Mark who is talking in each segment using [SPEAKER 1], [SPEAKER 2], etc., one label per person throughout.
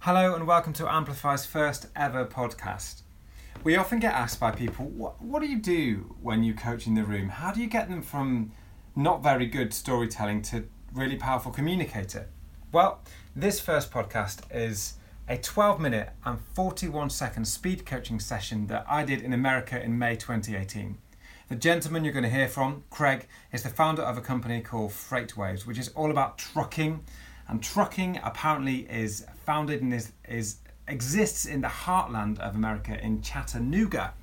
[SPEAKER 1] Hello and welcome to Amplify's first ever podcast. We often get asked by people, what, what do you do when you coach in the room? How do you get them from not very good storytelling to really powerful communicator? Well, this first podcast is a 12 minute and 41 second speed coaching session that I did in America in May 2018. The gentleman you're going to hear from, Craig, is the founder of a company called Freightwaves, which is all about trucking. And trucking apparently is founded and is, is exists in the heartland of America in Chattanooga.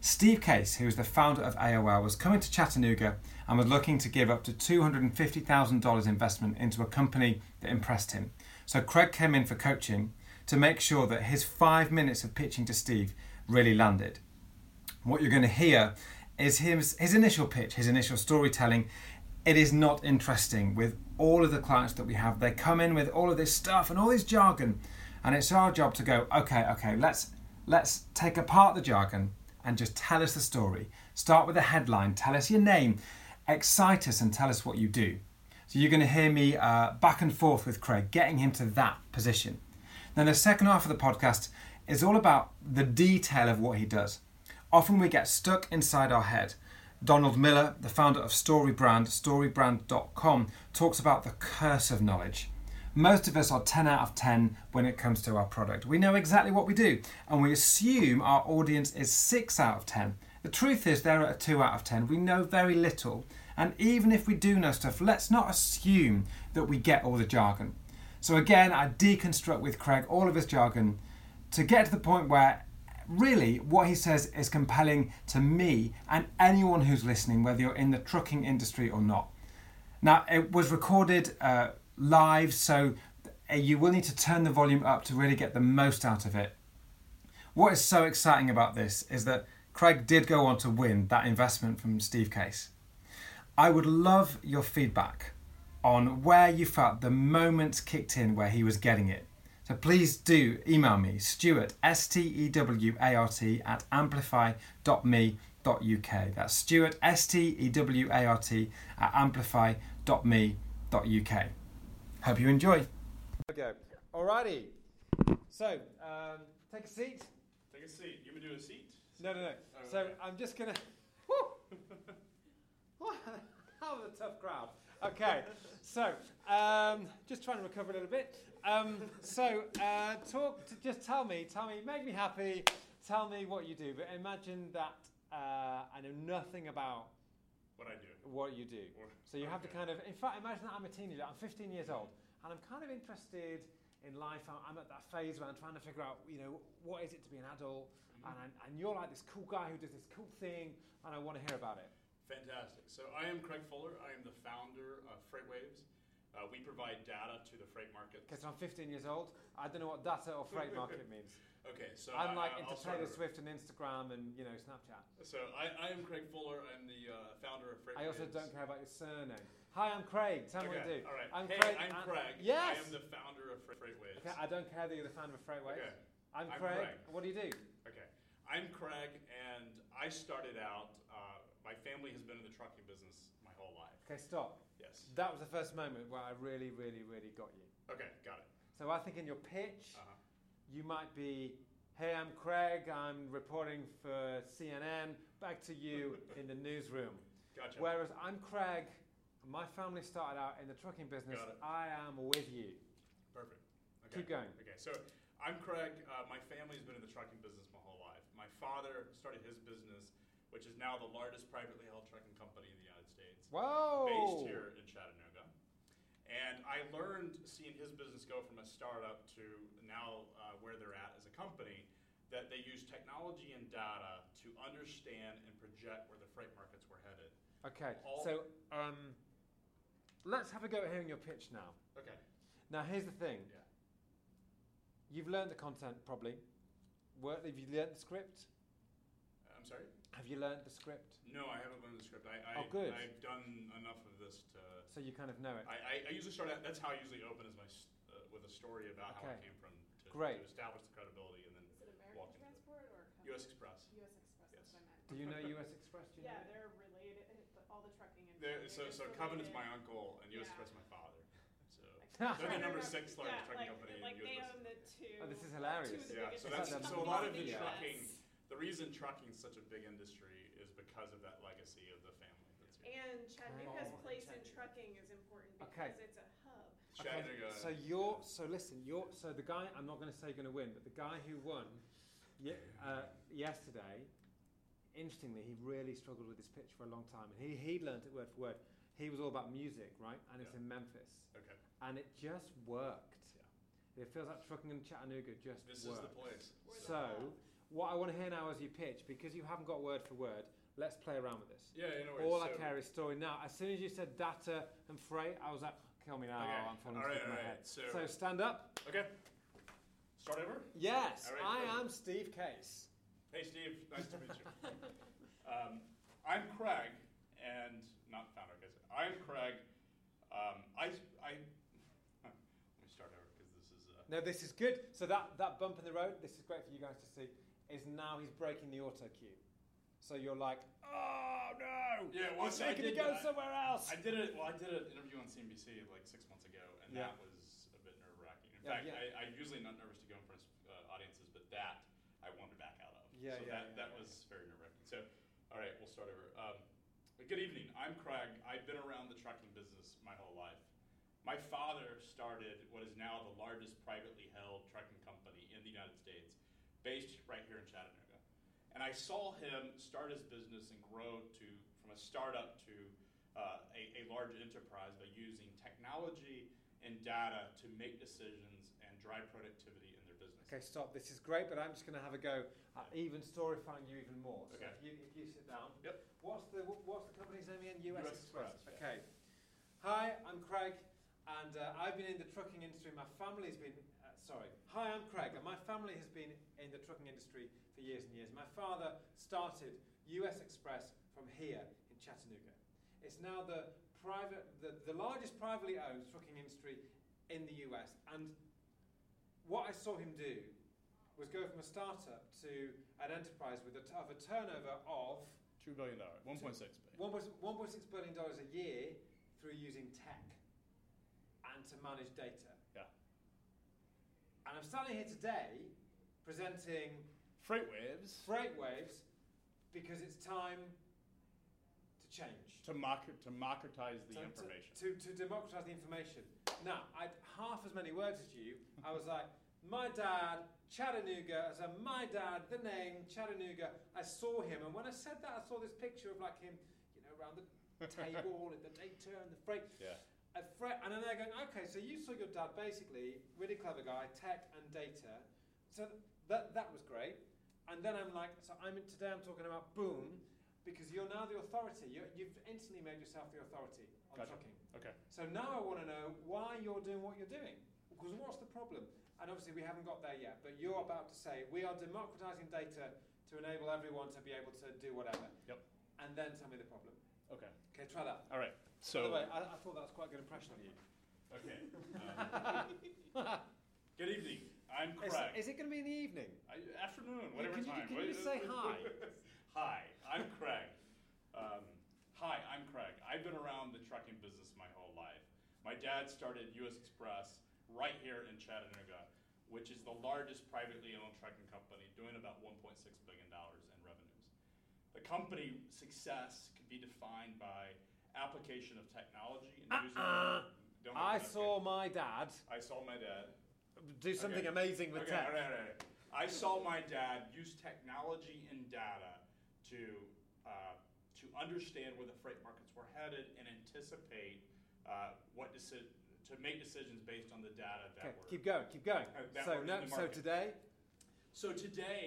[SPEAKER 1] Steve Case, who is the founder of AOL, was coming to Chattanooga and was looking to give up to $250,000 investment into a company that impressed him. So Craig came in for coaching to make sure that his five minutes of pitching to Steve really landed. What you're going to hear is his, his initial pitch, his initial storytelling. It is not interesting with all of the clients that we have. They come in with all of this stuff and all this jargon, and it's our job to go, okay, okay, let's let's take apart the jargon and just tell us the story. Start with a headline, tell us your name, excite us, and tell us what you do. So you're going to hear me uh, back and forth with Craig, getting him to that position. Then the second half of the podcast is all about the detail of what he does. Often we get stuck inside our head. Donald Miller, the founder of StoryBrand, storybrand.com, talks about the curse of knowledge. Most of us are 10 out of 10 when it comes to our product. We know exactly what we do, and we assume our audience is 6 out of 10. The truth is, they're at a 2 out of 10. We know very little, and even if we do know stuff, let's not assume that we get all the jargon. So, again, I deconstruct with Craig all of his jargon to get to the point where really what he says is compelling to me and anyone who's listening, whether you're in the trucking industry or not. Now, it was recorded uh, live, so uh, you will need to turn the volume up to really get the most out of it. What is so exciting about this is that Craig did go on to win that investment from Steve Case. I would love your feedback on where you felt the moment kicked in where he was getting it. So please do email me, Stuart, S T E W A R T, at amplify.me.uk. That's Stuart, S T E W A R T, at amplify.me.uk. Hope you enjoy. Okay. Alrighty. So, um, take a seat.
[SPEAKER 2] Take a seat. You gonna do a seat?
[SPEAKER 1] No, no, no. So, I'm just going to. How was a tough crowd. Okay. So, um, just trying to recover a little bit. Um, so, uh, talk. To, just tell me, tell me, make me happy. Tell me what you do. But imagine that uh, I know nothing about
[SPEAKER 2] What I do.
[SPEAKER 1] what you do.
[SPEAKER 2] Or-
[SPEAKER 1] So you have to
[SPEAKER 2] okay.
[SPEAKER 1] kind of. In fact, imagine that I'm a teenager. I'm 15 years old, and I'm kind of interested in life. I- I'm at that phase where I'm trying to figure out, you know, what is it to be an adult.
[SPEAKER 2] Mm-hmm.
[SPEAKER 1] And, I'm- and you're like this cool guy who does this cool thing, and I want to hear about it.
[SPEAKER 2] Fantastic. So I am Craig Fuller. I am the founder of FreightWaves. Uh, we provide data to the freight market.
[SPEAKER 1] Because I'm 15 years old, I don't know what data or freight market means.
[SPEAKER 2] Okay, so
[SPEAKER 1] I'm like
[SPEAKER 2] I,
[SPEAKER 1] into
[SPEAKER 2] I'll start
[SPEAKER 1] Taylor
[SPEAKER 2] over.
[SPEAKER 1] Swift and Instagram and you know Snapchat.
[SPEAKER 2] So I, I am Craig Fuller. I'm the uh, founder of FreightWaves.
[SPEAKER 1] I also don't care about your surname. Hi, I'm Craig. Tell me what to
[SPEAKER 2] Okay,
[SPEAKER 1] do.
[SPEAKER 2] All right.
[SPEAKER 1] I'm
[SPEAKER 2] hey,
[SPEAKER 1] Craig.
[SPEAKER 2] I'm Craig.
[SPEAKER 1] Yes.
[SPEAKER 2] I am the founder of Freight- FreightWaves.
[SPEAKER 1] Okay, I don't care that you're the founder of Freightways.
[SPEAKER 2] Okay.
[SPEAKER 1] I'm,
[SPEAKER 2] I'm
[SPEAKER 1] Craig.
[SPEAKER 2] Craig.
[SPEAKER 1] What do you do?
[SPEAKER 2] Okay. I'm Craig, and I started out. Uh, my family has been in the trucking business my whole life.
[SPEAKER 1] Okay, stop.
[SPEAKER 2] Yes.
[SPEAKER 1] That was the first moment where I really, really, really got you.
[SPEAKER 2] Okay, got it.
[SPEAKER 1] So I think in your pitch,
[SPEAKER 2] Uh-huh.
[SPEAKER 1] you might be, "Hey, I'm Craig. I'm reporting for CNN." Back to you in the newsroom.
[SPEAKER 2] Gotcha.
[SPEAKER 1] Whereas I'm Craig, my family started out in the trucking business.
[SPEAKER 2] Got it.
[SPEAKER 1] I am with you.
[SPEAKER 2] Perfect. Okay.
[SPEAKER 1] Keep going.
[SPEAKER 2] Okay, so I'm Craig. Uh, my family's been in the trucking business my whole life. My father started his business, which is now the largest privately held trucking company in the United States,
[SPEAKER 1] Whoa.
[SPEAKER 2] based here in Chattanooga. And I learned seeing his business go from a startup to now uh, where they're at as a company that they use technology and data to understand and project where the freight markets were headed.
[SPEAKER 1] Okay,
[SPEAKER 2] All-
[SPEAKER 1] so um, let's have a go at hearing your pitch now.
[SPEAKER 2] Okay.
[SPEAKER 1] Now, here's the thing.
[SPEAKER 2] Yeah.
[SPEAKER 1] You've learned the content probably. Where, have you learned the script?
[SPEAKER 2] I'm sorry?
[SPEAKER 1] Have you learned the script?
[SPEAKER 2] No, I haven't learned the script. I, I,
[SPEAKER 1] Oh, good.
[SPEAKER 2] I've done enough of this to.
[SPEAKER 1] So you kind of know it.
[SPEAKER 2] I, I, I usually start out. That's how I usually open is my s- uh, with a story about how I
[SPEAKER 1] Okay.
[SPEAKER 2] came from to,
[SPEAKER 1] Great.
[SPEAKER 2] to establish the credibility, and then
[SPEAKER 3] Is it
[SPEAKER 2] walk
[SPEAKER 3] American
[SPEAKER 2] into it.
[SPEAKER 3] Transport or? a
[SPEAKER 2] U.S.
[SPEAKER 3] company?
[SPEAKER 2] Express.
[SPEAKER 3] US Express, that's what I meant.
[SPEAKER 1] Do you know US Express? Do you
[SPEAKER 3] Yeah,
[SPEAKER 1] know it?
[SPEAKER 3] they're related, and it- all the trucking and.
[SPEAKER 2] There, so
[SPEAKER 3] trucking is
[SPEAKER 2] so Covenant's
[SPEAKER 3] related.
[SPEAKER 2] my uncle, and U.S.
[SPEAKER 3] Yeah.
[SPEAKER 2] Express my father. So they're the
[SPEAKER 3] Like, trucking
[SPEAKER 2] number
[SPEAKER 3] company-
[SPEAKER 2] six largest
[SPEAKER 3] yeah,
[SPEAKER 2] trucking
[SPEAKER 3] like-
[SPEAKER 2] company in
[SPEAKER 3] Like,
[SPEAKER 2] U.S.
[SPEAKER 3] they
[SPEAKER 2] business.
[SPEAKER 3] own the two
[SPEAKER 1] Oh, hilarious.
[SPEAKER 3] the
[SPEAKER 2] Yeah,
[SPEAKER 3] biggest
[SPEAKER 2] so that's-
[SPEAKER 3] companies
[SPEAKER 1] so a
[SPEAKER 2] lot
[SPEAKER 3] in
[SPEAKER 2] of the
[SPEAKER 3] US.
[SPEAKER 2] trucking- The reason trucking's such a big industry is because of that legacy of the family that's here.
[SPEAKER 3] And Chattanooga's
[SPEAKER 4] Oh.
[SPEAKER 3] place in trucking is important
[SPEAKER 1] Okay.
[SPEAKER 3] because it's a hub.
[SPEAKER 1] Okay,
[SPEAKER 2] Chattanooga.
[SPEAKER 1] So you're so listen. You're so the guy. I'm not going to say going to win, but the guy who won, ye- uh, yesterday. Interestingly, he really struggled with his pitch for a long time, and he he learned it word for word. He was all about music, right? And it's
[SPEAKER 2] Yeah.
[SPEAKER 1] in Memphis,
[SPEAKER 2] Okay,
[SPEAKER 1] and it just worked. It feels like trucking in Chattanooga just
[SPEAKER 2] this is
[SPEAKER 1] worked.
[SPEAKER 2] the place.
[SPEAKER 3] We're the
[SPEAKER 1] So-
[SPEAKER 3] hub.
[SPEAKER 1] What I want to hear now is your pitch because you haven't got word for word. Let's play around with this.
[SPEAKER 2] Yeah, in a way.
[SPEAKER 1] All I
[SPEAKER 2] so-
[SPEAKER 1] care is story. Now, as soon as you said data and freight, I was like, kill me now.
[SPEAKER 2] Okay.
[SPEAKER 1] I'm falling
[SPEAKER 2] All right,
[SPEAKER 1] asleep in my
[SPEAKER 2] all right.
[SPEAKER 1] head.
[SPEAKER 2] So,
[SPEAKER 1] So stand up.
[SPEAKER 2] okay. Start over.
[SPEAKER 1] Yes,
[SPEAKER 2] All right,
[SPEAKER 1] I
[SPEAKER 2] perfect.
[SPEAKER 1] am Steve Case.
[SPEAKER 2] Hey, Steve. Nice to meet you. um, I'm Craig, and not founder. Guys, I'm Craig. Um, I, I. Let me start over because this is. Uh,
[SPEAKER 1] No, this is good. So that, that bump in the road, this is great for you guys to see, is now he's breaking the auto cue. So you're like, oh no! He's
[SPEAKER 2] Yeah, once I
[SPEAKER 1] making me
[SPEAKER 2] did
[SPEAKER 1] go
[SPEAKER 2] that-
[SPEAKER 1] somewhere else.
[SPEAKER 2] I did it. Well, I did an interview on CNBC like six months ago, and
[SPEAKER 1] Yeah.
[SPEAKER 2] that was a bit nerve wracking. In
[SPEAKER 1] Yeah,
[SPEAKER 2] fact,
[SPEAKER 1] yeah.
[SPEAKER 2] I, I'm usually not nervous to go in front of uh, audiences, but that I wanted to back out of.
[SPEAKER 1] Yeah,
[SPEAKER 2] so
[SPEAKER 1] yeah,
[SPEAKER 2] that,
[SPEAKER 1] yeah,
[SPEAKER 2] that
[SPEAKER 1] yeah.
[SPEAKER 2] was very nerve wracking. So, all right, we'll start over. Um, good evening. I'm Craig. I've been around the trucking business my whole life. My father started what is now the largest privately held trucking company in the United States, based right here in Chattanooga. And I saw him start his business and grow to from a startup to uh, a, a large enterprise by using technology and data to make decisions and drive productivity in their business.
[SPEAKER 1] Okay, stop. This is great, but I'm just going to have a go at even storifying you even more. So
[SPEAKER 2] Okay.
[SPEAKER 1] if, you, if you sit down.
[SPEAKER 2] Yep.
[SPEAKER 1] What's the wh- what's the company's name again? US,
[SPEAKER 2] US
[SPEAKER 1] Express.
[SPEAKER 2] Express,
[SPEAKER 1] Okay. Hi, I'm Craig, and uh, I've been in the trucking industry. My family's been uh, sorry. Hi, I'm Craig, and my family has been in the trucking industry for years and years. My father started US Express from here in Chattanooga. It's now the private, the, the largest privately owned trucking industry in the US, and what I saw him do was go from a startup to an enterprise with a, t- of a turnover of
[SPEAKER 2] Two billion dollars, one point six billion.
[SPEAKER 1] one point one point six billion dollars a year through using tech and to manage data.
[SPEAKER 2] Yeah.
[SPEAKER 1] And I'm standing here today presenting
[SPEAKER 2] Freight waves
[SPEAKER 1] Freight Waves because it's time to change.
[SPEAKER 2] to mock- democratize the
[SPEAKER 1] to, to-
[SPEAKER 2] information.
[SPEAKER 1] To, to, democratize the information. Now, I would half as many words as you. I was like, my dad, Chattanooga. I said, my dad, the name, Chattanooga. I saw him, and when I said that, I saw this picture of like him, you know, around the table and the data and the freight.
[SPEAKER 2] Yeah.
[SPEAKER 1] A freight, and then they're going, okay, so you saw your dad basically, really clever guy, tech and data. So th- that that was great. And then I'm like, so I'm today I'm talking about boom, because you're now the authority. you you've instantly made yourself the authority on
[SPEAKER 2] Gotcha.
[SPEAKER 1] trucking.
[SPEAKER 2] Okay.
[SPEAKER 1] So now I want to know why you're doing what you're doing. Because what's the problem? And obviously we haven't got there yet, but you're about to say we are democratizing data to enable everyone to be able to do whatever.
[SPEAKER 2] Yep.
[SPEAKER 1] And then tell me the problem.
[SPEAKER 2] Okay.
[SPEAKER 1] Okay, try that.
[SPEAKER 2] All right.
[SPEAKER 1] By
[SPEAKER 2] So.
[SPEAKER 1] the way, I, I thought that was quite a good impression of you.
[SPEAKER 2] Okay. um, good evening. I'm Craig.
[SPEAKER 1] Is, is it going to be in the evening?
[SPEAKER 2] I- afternoon, whatever
[SPEAKER 1] can you-
[SPEAKER 2] time.
[SPEAKER 1] can you
[SPEAKER 2] Wait,
[SPEAKER 1] just say
[SPEAKER 2] uh,
[SPEAKER 1] hi?
[SPEAKER 2] hi, I'm Craig. Um, hi, I'm Craig. I've been around the trucking business my whole life. My dad started U.S. Express right here in Chattanooga, which is the largest privately owned trucking company, doing about 1.6 billion dollars in revenues. The company success could be defined by application of technology and using.
[SPEAKER 1] Uh-uh.
[SPEAKER 2] Don't
[SPEAKER 1] I
[SPEAKER 2] make that
[SPEAKER 1] saw my dad
[SPEAKER 2] face. I saw my dad.
[SPEAKER 1] do something
[SPEAKER 2] Okay.
[SPEAKER 1] amazing with
[SPEAKER 2] Okay,
[SPEAKER 1] tech.
[SPEAKER 2] all right, all right, all right. I saw my dad use technology and data to uh, to understand where the freight markets were headed and anticipate uh, what deci- to make decisions based on the data
[SPEAKER 1] Okay,
[SPEAKER 2] that were.
[SPEAKER 1] keep going, keep going.
[SPEAKER 2] Uh, that
[SPEAKER 1] so
[SPEAKER 2] works
[SPEAKER 1] no,
[SPEAKER 2] in the
[SPEAKER 1] so
[SPEAKER 2] market.
[SPEAKER 1] today,
[SPEAKER 2] So today,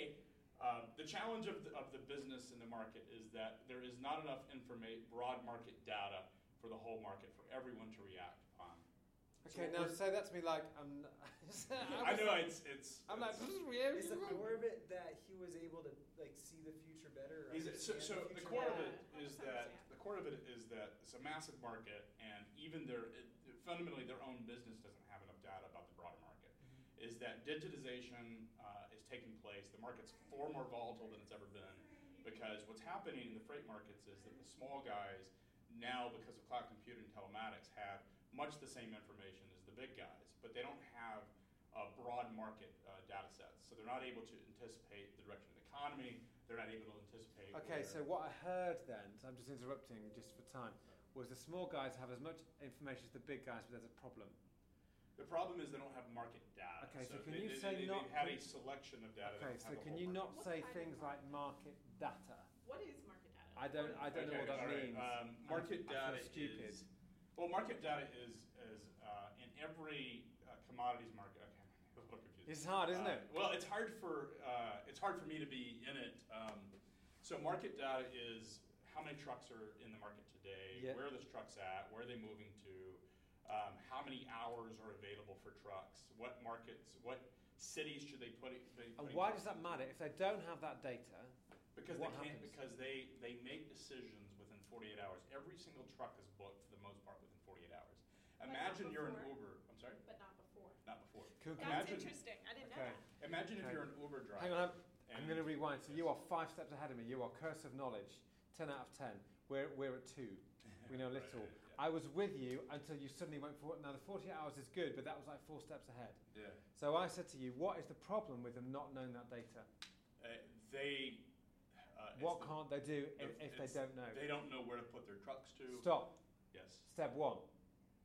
[SPEAKER 2] uh, the challenge of the, of the business in the market is that there is not enough informa- broad market data for the whole market for everyone to react upon. So
[SPEAKER 1] okay,
[SPEAKER 2] what
[SPEAKER 1] now
[SPEAKER 2] we're-
[SPEAKER 1] say that to me like I'm.
[SPEAKER 2] I know it's it's.
[SPEAKER 1] I'm like,
[SPEAKER 2] it's-
[SPEAKER 4] Is the core of it that he was able to like see the future better? Or
[SPEAKER 2] Is it, so, so
[SPEAKER 4] understand
[SPEAKER 2] the
[SPEAKER 4] future
[SPEAKER 2] core of
[SPEAKER 4] better?
[SPEAKER 2] it is that the core of it is that it's a massive market, and even their it, fundamentally their own business doesn't have enough data about the broader market.
[SPEAKER 4] Mm-hmm.
[SPEAKER 2] Is that digitization uh, is taking place? The market's far more volatile than it's ever been because what's happening in the freight markets is that the small guys now, because of cloud computing and telematics, have much the same information as the big guys, but they don't have a broad market uh, data set. so they're not able to anticipate the direction of the economy. They're not able to anticipate.
[SPEAKER 1] Okay, so
[SPEAKER 2] where-
[SPEAKER 1] what I heard then, so I'm just interrupting just for time, was the small guys have as much information as the big guys, but there's a problem.
[SPEAKER 2] the problem is they don't have market data.
[SPEAKER 1] Okay, so can
[SPEAKER 2] they,
[SPEAKER 1] you
[SPEAKER 2] they,
[SPEAKER 1] say
[SPEAKER 2] they,
[SPEAKER 1] not-
[SPEAKER 2] They had a selection of data.
[SPEAKER 1] Okay,
[SPEAKER 2] that
[SPEAKER 1] so
[SPEAKER 2] had the
[SPEAKER 1] can
[SPEAKER 2] whole
[SPEAKER 1] you
[SPEAKER 2] market.
[SPEAKER 1] not say
[SPEAKER 3] What kind of
[SPEAKER 1] things like market data?
[SPEAKER 3] What is market data?
[SPEAKER 1] I don't, I don't know what
[SPEAKER 2] Okay,
[SPEAKER 1] that
[SPEAKER 2] all right,
[SPEAKER 1] means.
[SPEAKER 2] Um, market
[SPEAKER 1] I feel
[SPEAKER 2] data
[SPEAKER 1] stupid.
[SPEAKER 2] is. Well, market data is is uh, in every uh, commodities market. Okay, I'm a little confused.
[SPEAKER 1] It's hard, isn't
[SPEAKER 2] Uh,
[SPEAKER 1] it?
[SPEAKER 2] Well, it's hard for uh, it's hard for me to be in it. Um, so market data is how many trucks are in the market today,
[SPEAKER 1] Yeah.
[SPEAKER 2] where are those trucks at, where are they moving to, um, how many hours are available for trucks, what markets, what cities should they put it? They
[SPEAKER 1] And
[SPEAKER 2] putting
[SPEAKER 1] why
[SPEAKER 2] trucks
[SPEAKER 1] does that matter? If they don't have that data,
[SPEAKER 2] because
[SPEAKER 1] What
[SPEAKER 2] they can't,
[SPEAKER 1] happens?
[SPEAKER 2] because they, they make decisions within 48 hours. Every single truck is booked for the most part within 48 hours.
[SPEAKER 3] But not
[SPEAKER 2] Imagine you're an
[SPEAKER 3] before.
[SPEAKER 2] Uber. I'm sorry,
[SPEAKER 3] But not before.
[SPEAKER 2] not before.
[SPEAKER 1] could,
[SPEAKER 3] That's
[SPEAKER 2] Imagine-
[SPEAKER 3] interesting. I didn't know
[SPEAKER 1] Okay.
[SPEAKER 3] that.
[SPEAKER 2] Imagine if
[SPEAKER 1] Okay.
[SPEAKER 2] you're an Uber driver.
[SPEAKER 1] hang on, I'm, I'm
[SPEAKER 2] and-
[SPEAKER 1] going to rewind. So you
[SPEAKER 2] Yes.
[SPEAKER 1] are five steps ahead of me. You are curse of knowledge, ten out of ten. We're we're at two. We know
[SPEAKER 2] Right,
[SPEAKER 1] little.
[SPEAKER 2] yeah,
[SPEAKER 1] I was with you until you suddenly went for now. The 48 hours is good, but that was like four steps ahead.
[SPEAKER 2] yeah.
[SPEAKER 1] So I said to you, what is the problem with them not knowing that data?
[SPEAKER 2] Uh, they. Uh, it's
[SPEAKER 1] what
[SPEAKER 2] the-
[SPEAKER 1] can't they do if,
[SPEAKER 2] the-
[SPEAKER 1] if
[SPEAKER 2] it's-
[SPEAKER 1] they don't know?
[SPEAKER 2] They don't know where to put their trucks to.
[SPEAKER 1] Stop.
[SPEAKER 2] Yes.
[SPEAKER 1] Step one.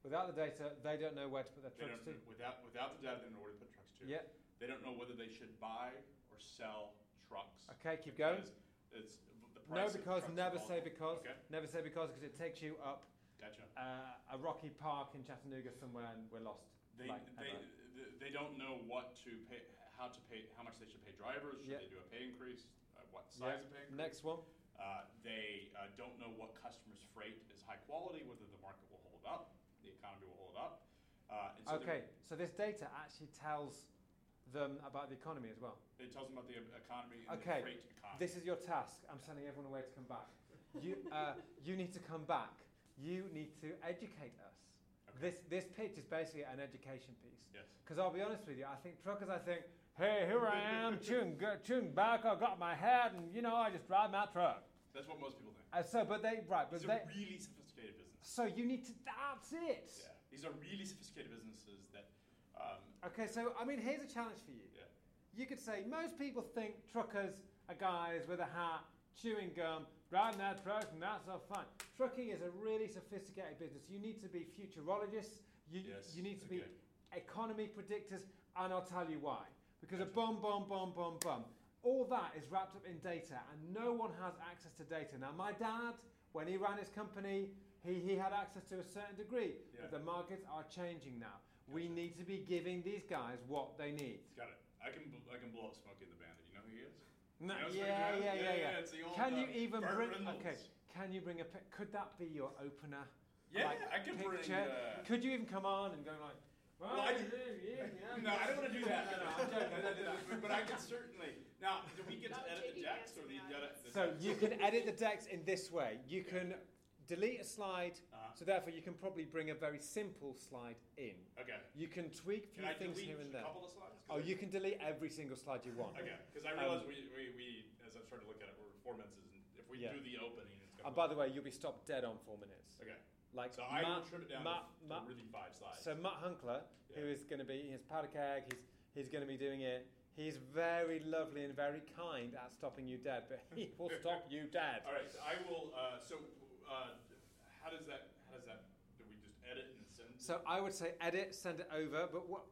[SPEAKER 1] Without the data, they don't know where to put their
[SPEAKER 2] They
[SPEAKER 1] trucks
[SPEAKER 2] don't,
[SPEAKER 1] to.
[SPEAKER 2] without without the data, they don't know where to put trucks to.
[SPEAKER 1] Yeah.
[SPEAKER 2] They don't know whether they should buy or sell trucks.
[SPEAKER 1] Okay, keep going.
[SPEAKER 2] Because It's the
[SPEAKER 1] No,
[SPEAKER 2] price of
[SPEAKER 1] because
[SPEAKER 2] trucks
[SPEAKER 1] never
[SPEAKER 2] all-
[SPEAKER 1] say because.
[SPEAKER 2] Okay.
[SPEAKER 1] Never say because because it takes you up
[SPEAKER 2] Gotcha.
[SPEAKER 1] uh, a rocky park in Chattanooga somewhere and we're lost.
[SPEAKER 2] They,
[SPEAKER 1] Like,
[SPEAKER 2] they,
[SPEAKER 1] ever.
[SPEAKER 2] th- they don't know what to pay, how to pay, how much they should pay drivers. Should
[SPEAKER 1] Yeah.
[SPEAKER 2] they do a pay increase? Uh, what
[SPEAKER 1] Yeah.
[SPEAKER 2] size of pay increase?
[SPEAKER 1] Next one.
[SPEAKER 2] Uh, they uh, don't know what customers' freight is high quality, whether the market will hold up, the economy will hold up. Uh, and so they-
[SPEAKER 1] Okay, so this data actually tells them about the economy as well.
[SPEAKER 2] It tells them about the e- economy and
[SPEAKER 1] Okay.
[SPEAKER 2] the freight economy.
[SPEAKER 1] This is your task. I'm sending everyone away to come back. You, uh, you need to come back. You need to educate us.
[SPEAKER 2] Okay.
[SPEAKER 1] This, this pitch is basically an education piece.
[SPEAKER 2] yes.
[SPEAKER 1] Because I'll be honest with you, I think truckers, I think, hey, here I am, chewing, gu- chewing back, I got my hat, and you know, I just drive my truck.
[SPEAKER 2] That's what most people think.
[SPEAKER 1] Uh, so, but they, right, but
[SPEAKER 2] These
[SPEAKER 1] they,
[SPEAKER 2] are really sophisticated businesses.
[SPEAKER 1] so you need to, that's it.
[SPEAKER 2] Yeah. These are really sophisticated businesses that um,
[SPEAKER 1] Okay, so I mean, here's a challenge for you.
[SPEAKER 2] Yeah.
[SPEAKER 1] You could say most people think truckers are guys with a hat, chewing gum, driving their truck, and that's all fine. Trucking is a really sophisticated business. You need to be futurologists. You,
[SPEAKER 2] yes,
[SPEAKER 1] you need to
[SPEAKER 2] okay.
[SPEAKER 1] be economy predictors, and I'll tell you why. Because a bum,
[SPEAKER 2] Gotcha.
[SPEAKER 1] bum, bum, bum, bum. All that is wrapped up in data, and no one has access to data. Now, my dad, when he ran his company, he, he had access to a certain degree,
[SPEAKER 2] Yeah.
[SPEAKER 1] but the markets are changing now. We
[SPEAKER 2] Gotcha.
[SPEAKER 1] need to be giving these guys what they need.
[SPEAKER 2] Got it. I can bl- I can blow up Smokey and the Bandit. You know who he is?
[SPEAKER 1] No,
[SPEAKER 2] You know Smokey
[SPEAKER 1] yeah,
[SPEAKER 2] the
[SPEAKER 1] yeah, yeah,
[SPEAKER 2] Bandit?
[SPEAKER 1] yeah,
[SPEAKER 2] It's the old,
[SPEAKER 1] Can
[SPEAKER 2] uh,
[SPEAKER 1] you even
[SPEAKER 2] Burt
[SPEAKER 1] bring?
[SPEAKER 2] Reynolds.
[SPEAKER 1] Okay, can you bring a? pic- Could that be your opener?
[SPEAKER 2] Yeah,
[SPEAKER 1] like,
[SPEAKER 2] I can bring.
[SPEAKER 1] picture?
[SPEAKER 2] Uh,
[SPEAKER 1] Could you even come on and go like?
[SPEAKER 2] Well, I do-
[SPEAKER 1] yeah, yeah,
[SPEAKER 2] no, I don't want to do that.
[SPEAKER 1] No, no, I'm joking, I don't do that.
[SPEAKER 2] but I can certainly. Now, do we get to
[SPEAKER 3] No,
[SPEAKER 2] edit the
[SPEAKER 3] JD
[SPEAKER 2] decks or the
[SPEAKER 3] has to
[SPEAKER 2] edit?
[SPEAKER 3] add
[SPEAKER 2] The
[SPEAKER 1] So
[SPEAKER 2] decks?
[SPEAKER 1] you can edit the decks in this way. You can delete a slide,
[SPEAKER 2] Uh-huh.
[SPEAKER 1] so therefore you can probably bring a very simple slide in.
[SPEAKER 2] Okay.
[SPEAKER 1] You can tweak few
[SPEAKER 2] Can I
[SPEAKER 1] things
[SPEAKER 2] delete
[SPEAKER 1] here and
[SPEAKER 2] a
[SPEAKER 1] there.
[SPEAKER 2] couple of slides? 'Cause
[SPEAKER 1] Oh,
[SPEAKER 2] I-
[SPEAKER 1] you can delete every single slide you want.
[SPEAKER 2] Okay, because I
[SPEAKER 1] Um,
[SPEAKER 2] realized we, we, we, as I'm starting to look at it, we're four minutes, and if we
[SPEAKER 1] Yeah. Uh,
[SPEAKER 2] do the opening, it's gonna.
[SPEAKER 1] And by
[SPEAKER 2] look-
[SPEAKER 1] the way, you'll be stopped dead on four minutes.
[SPEAKER 2] Okay,
[SPEAKER 1] Like
[SPEAKER 2] so I will
[SPEAKER 1] Matt,
[SPEAKER 2] trim it down
[SPEAKER 1] Matt-
[SPEAKER 2] to,
[SPEAKER 1] Matt-
[SPEAKER 2] to really five slides.
[SPEAKER 1] so Matt Hunkler, who
[SPEAKER 2] Yeah.
[SPEAKER 1] is going to be his powder keg, he's he's going to be doing it. He's very lovely and very kind at stopping you dead, but he will stop you dead.
[SPEAKER 2] All right, so I will. Uh, so, uh, how does that? How does that? Do we just edit and send?
[SPEAKER 1] So I would say edit, send it over, but what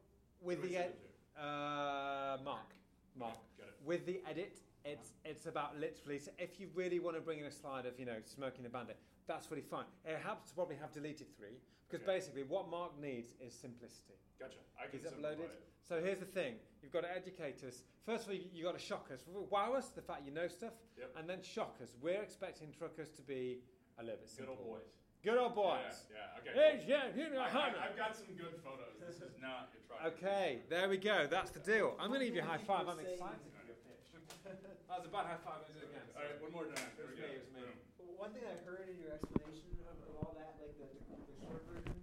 [SPEAKER 1] with
[SPEAKER 2] Who is
[SPEAKER 1] the
[SPEAKER 2] it
[SPEAKER 1] ed-
[SPEAKER 2] to? Okay,
[SPEAKER 1] uh, Mark, Mark.
[SPEAKER 2] Got it.
[SPEAKER 1] With the edit, it's it's about literally. So if you really want to bring in a slide of you know smoking the bandit, that's really fine. It helps to probably have deleted three because
[SPEAKER 2] Okay.
[SPEAKER 1] basically what Mark needs is simplicity.
[SPEAKER 2] Gotcha. I can
[SPEAKER 1] Is
[SPEAKER 2] simplify
[SPEAKER 1] uploaded.
[SPEAKER 2] it.
[SPEAKER 1] So here's the thing: you've got to educate us. First of all, you got to shock us, wow us, the fact you know stuff,
[SPEAKER 2] Yep.
[SPEAKER 1] and then shock us. We're expecting truckers to be a little bit
[SPEAKER 2] Good
[SPEAKER 1] simple.
[SPEAKER 2] old boys.
[SPEAKER 1] Good old boys.
[SPEAKER 2] Yeah. yeah okay.
[SPEAKER 1] Hey,
[SPEAKER 2] cool.
[SPEAKER 1] yeah, you know,
[SPEAKER 2] I,
[SPEAKER 1] honey.
[SPEAKER 2] I, I've got some good photos. This is not a try.
[SPEAKER 1] Okay, there we go. That's the deal. I'm going to give you a high five. I'm
[SPEAKER 4] People
[SPEAKER 1] excited.
[SPEAKER 4] saying-
[SPEAKER 1] for your pitch. that was a bad high five. Let's do it again.
[SPEAKER 2] All right, one more time. Here
[SPEAKER 1] It was
[SPEAKER 2] we go.
[SPEAKER 1] me, it was me.
[SPEAKER 2] Boom.
[SPEAKER 4] One thing I heard in your explanation of, of all that, like the, the short version,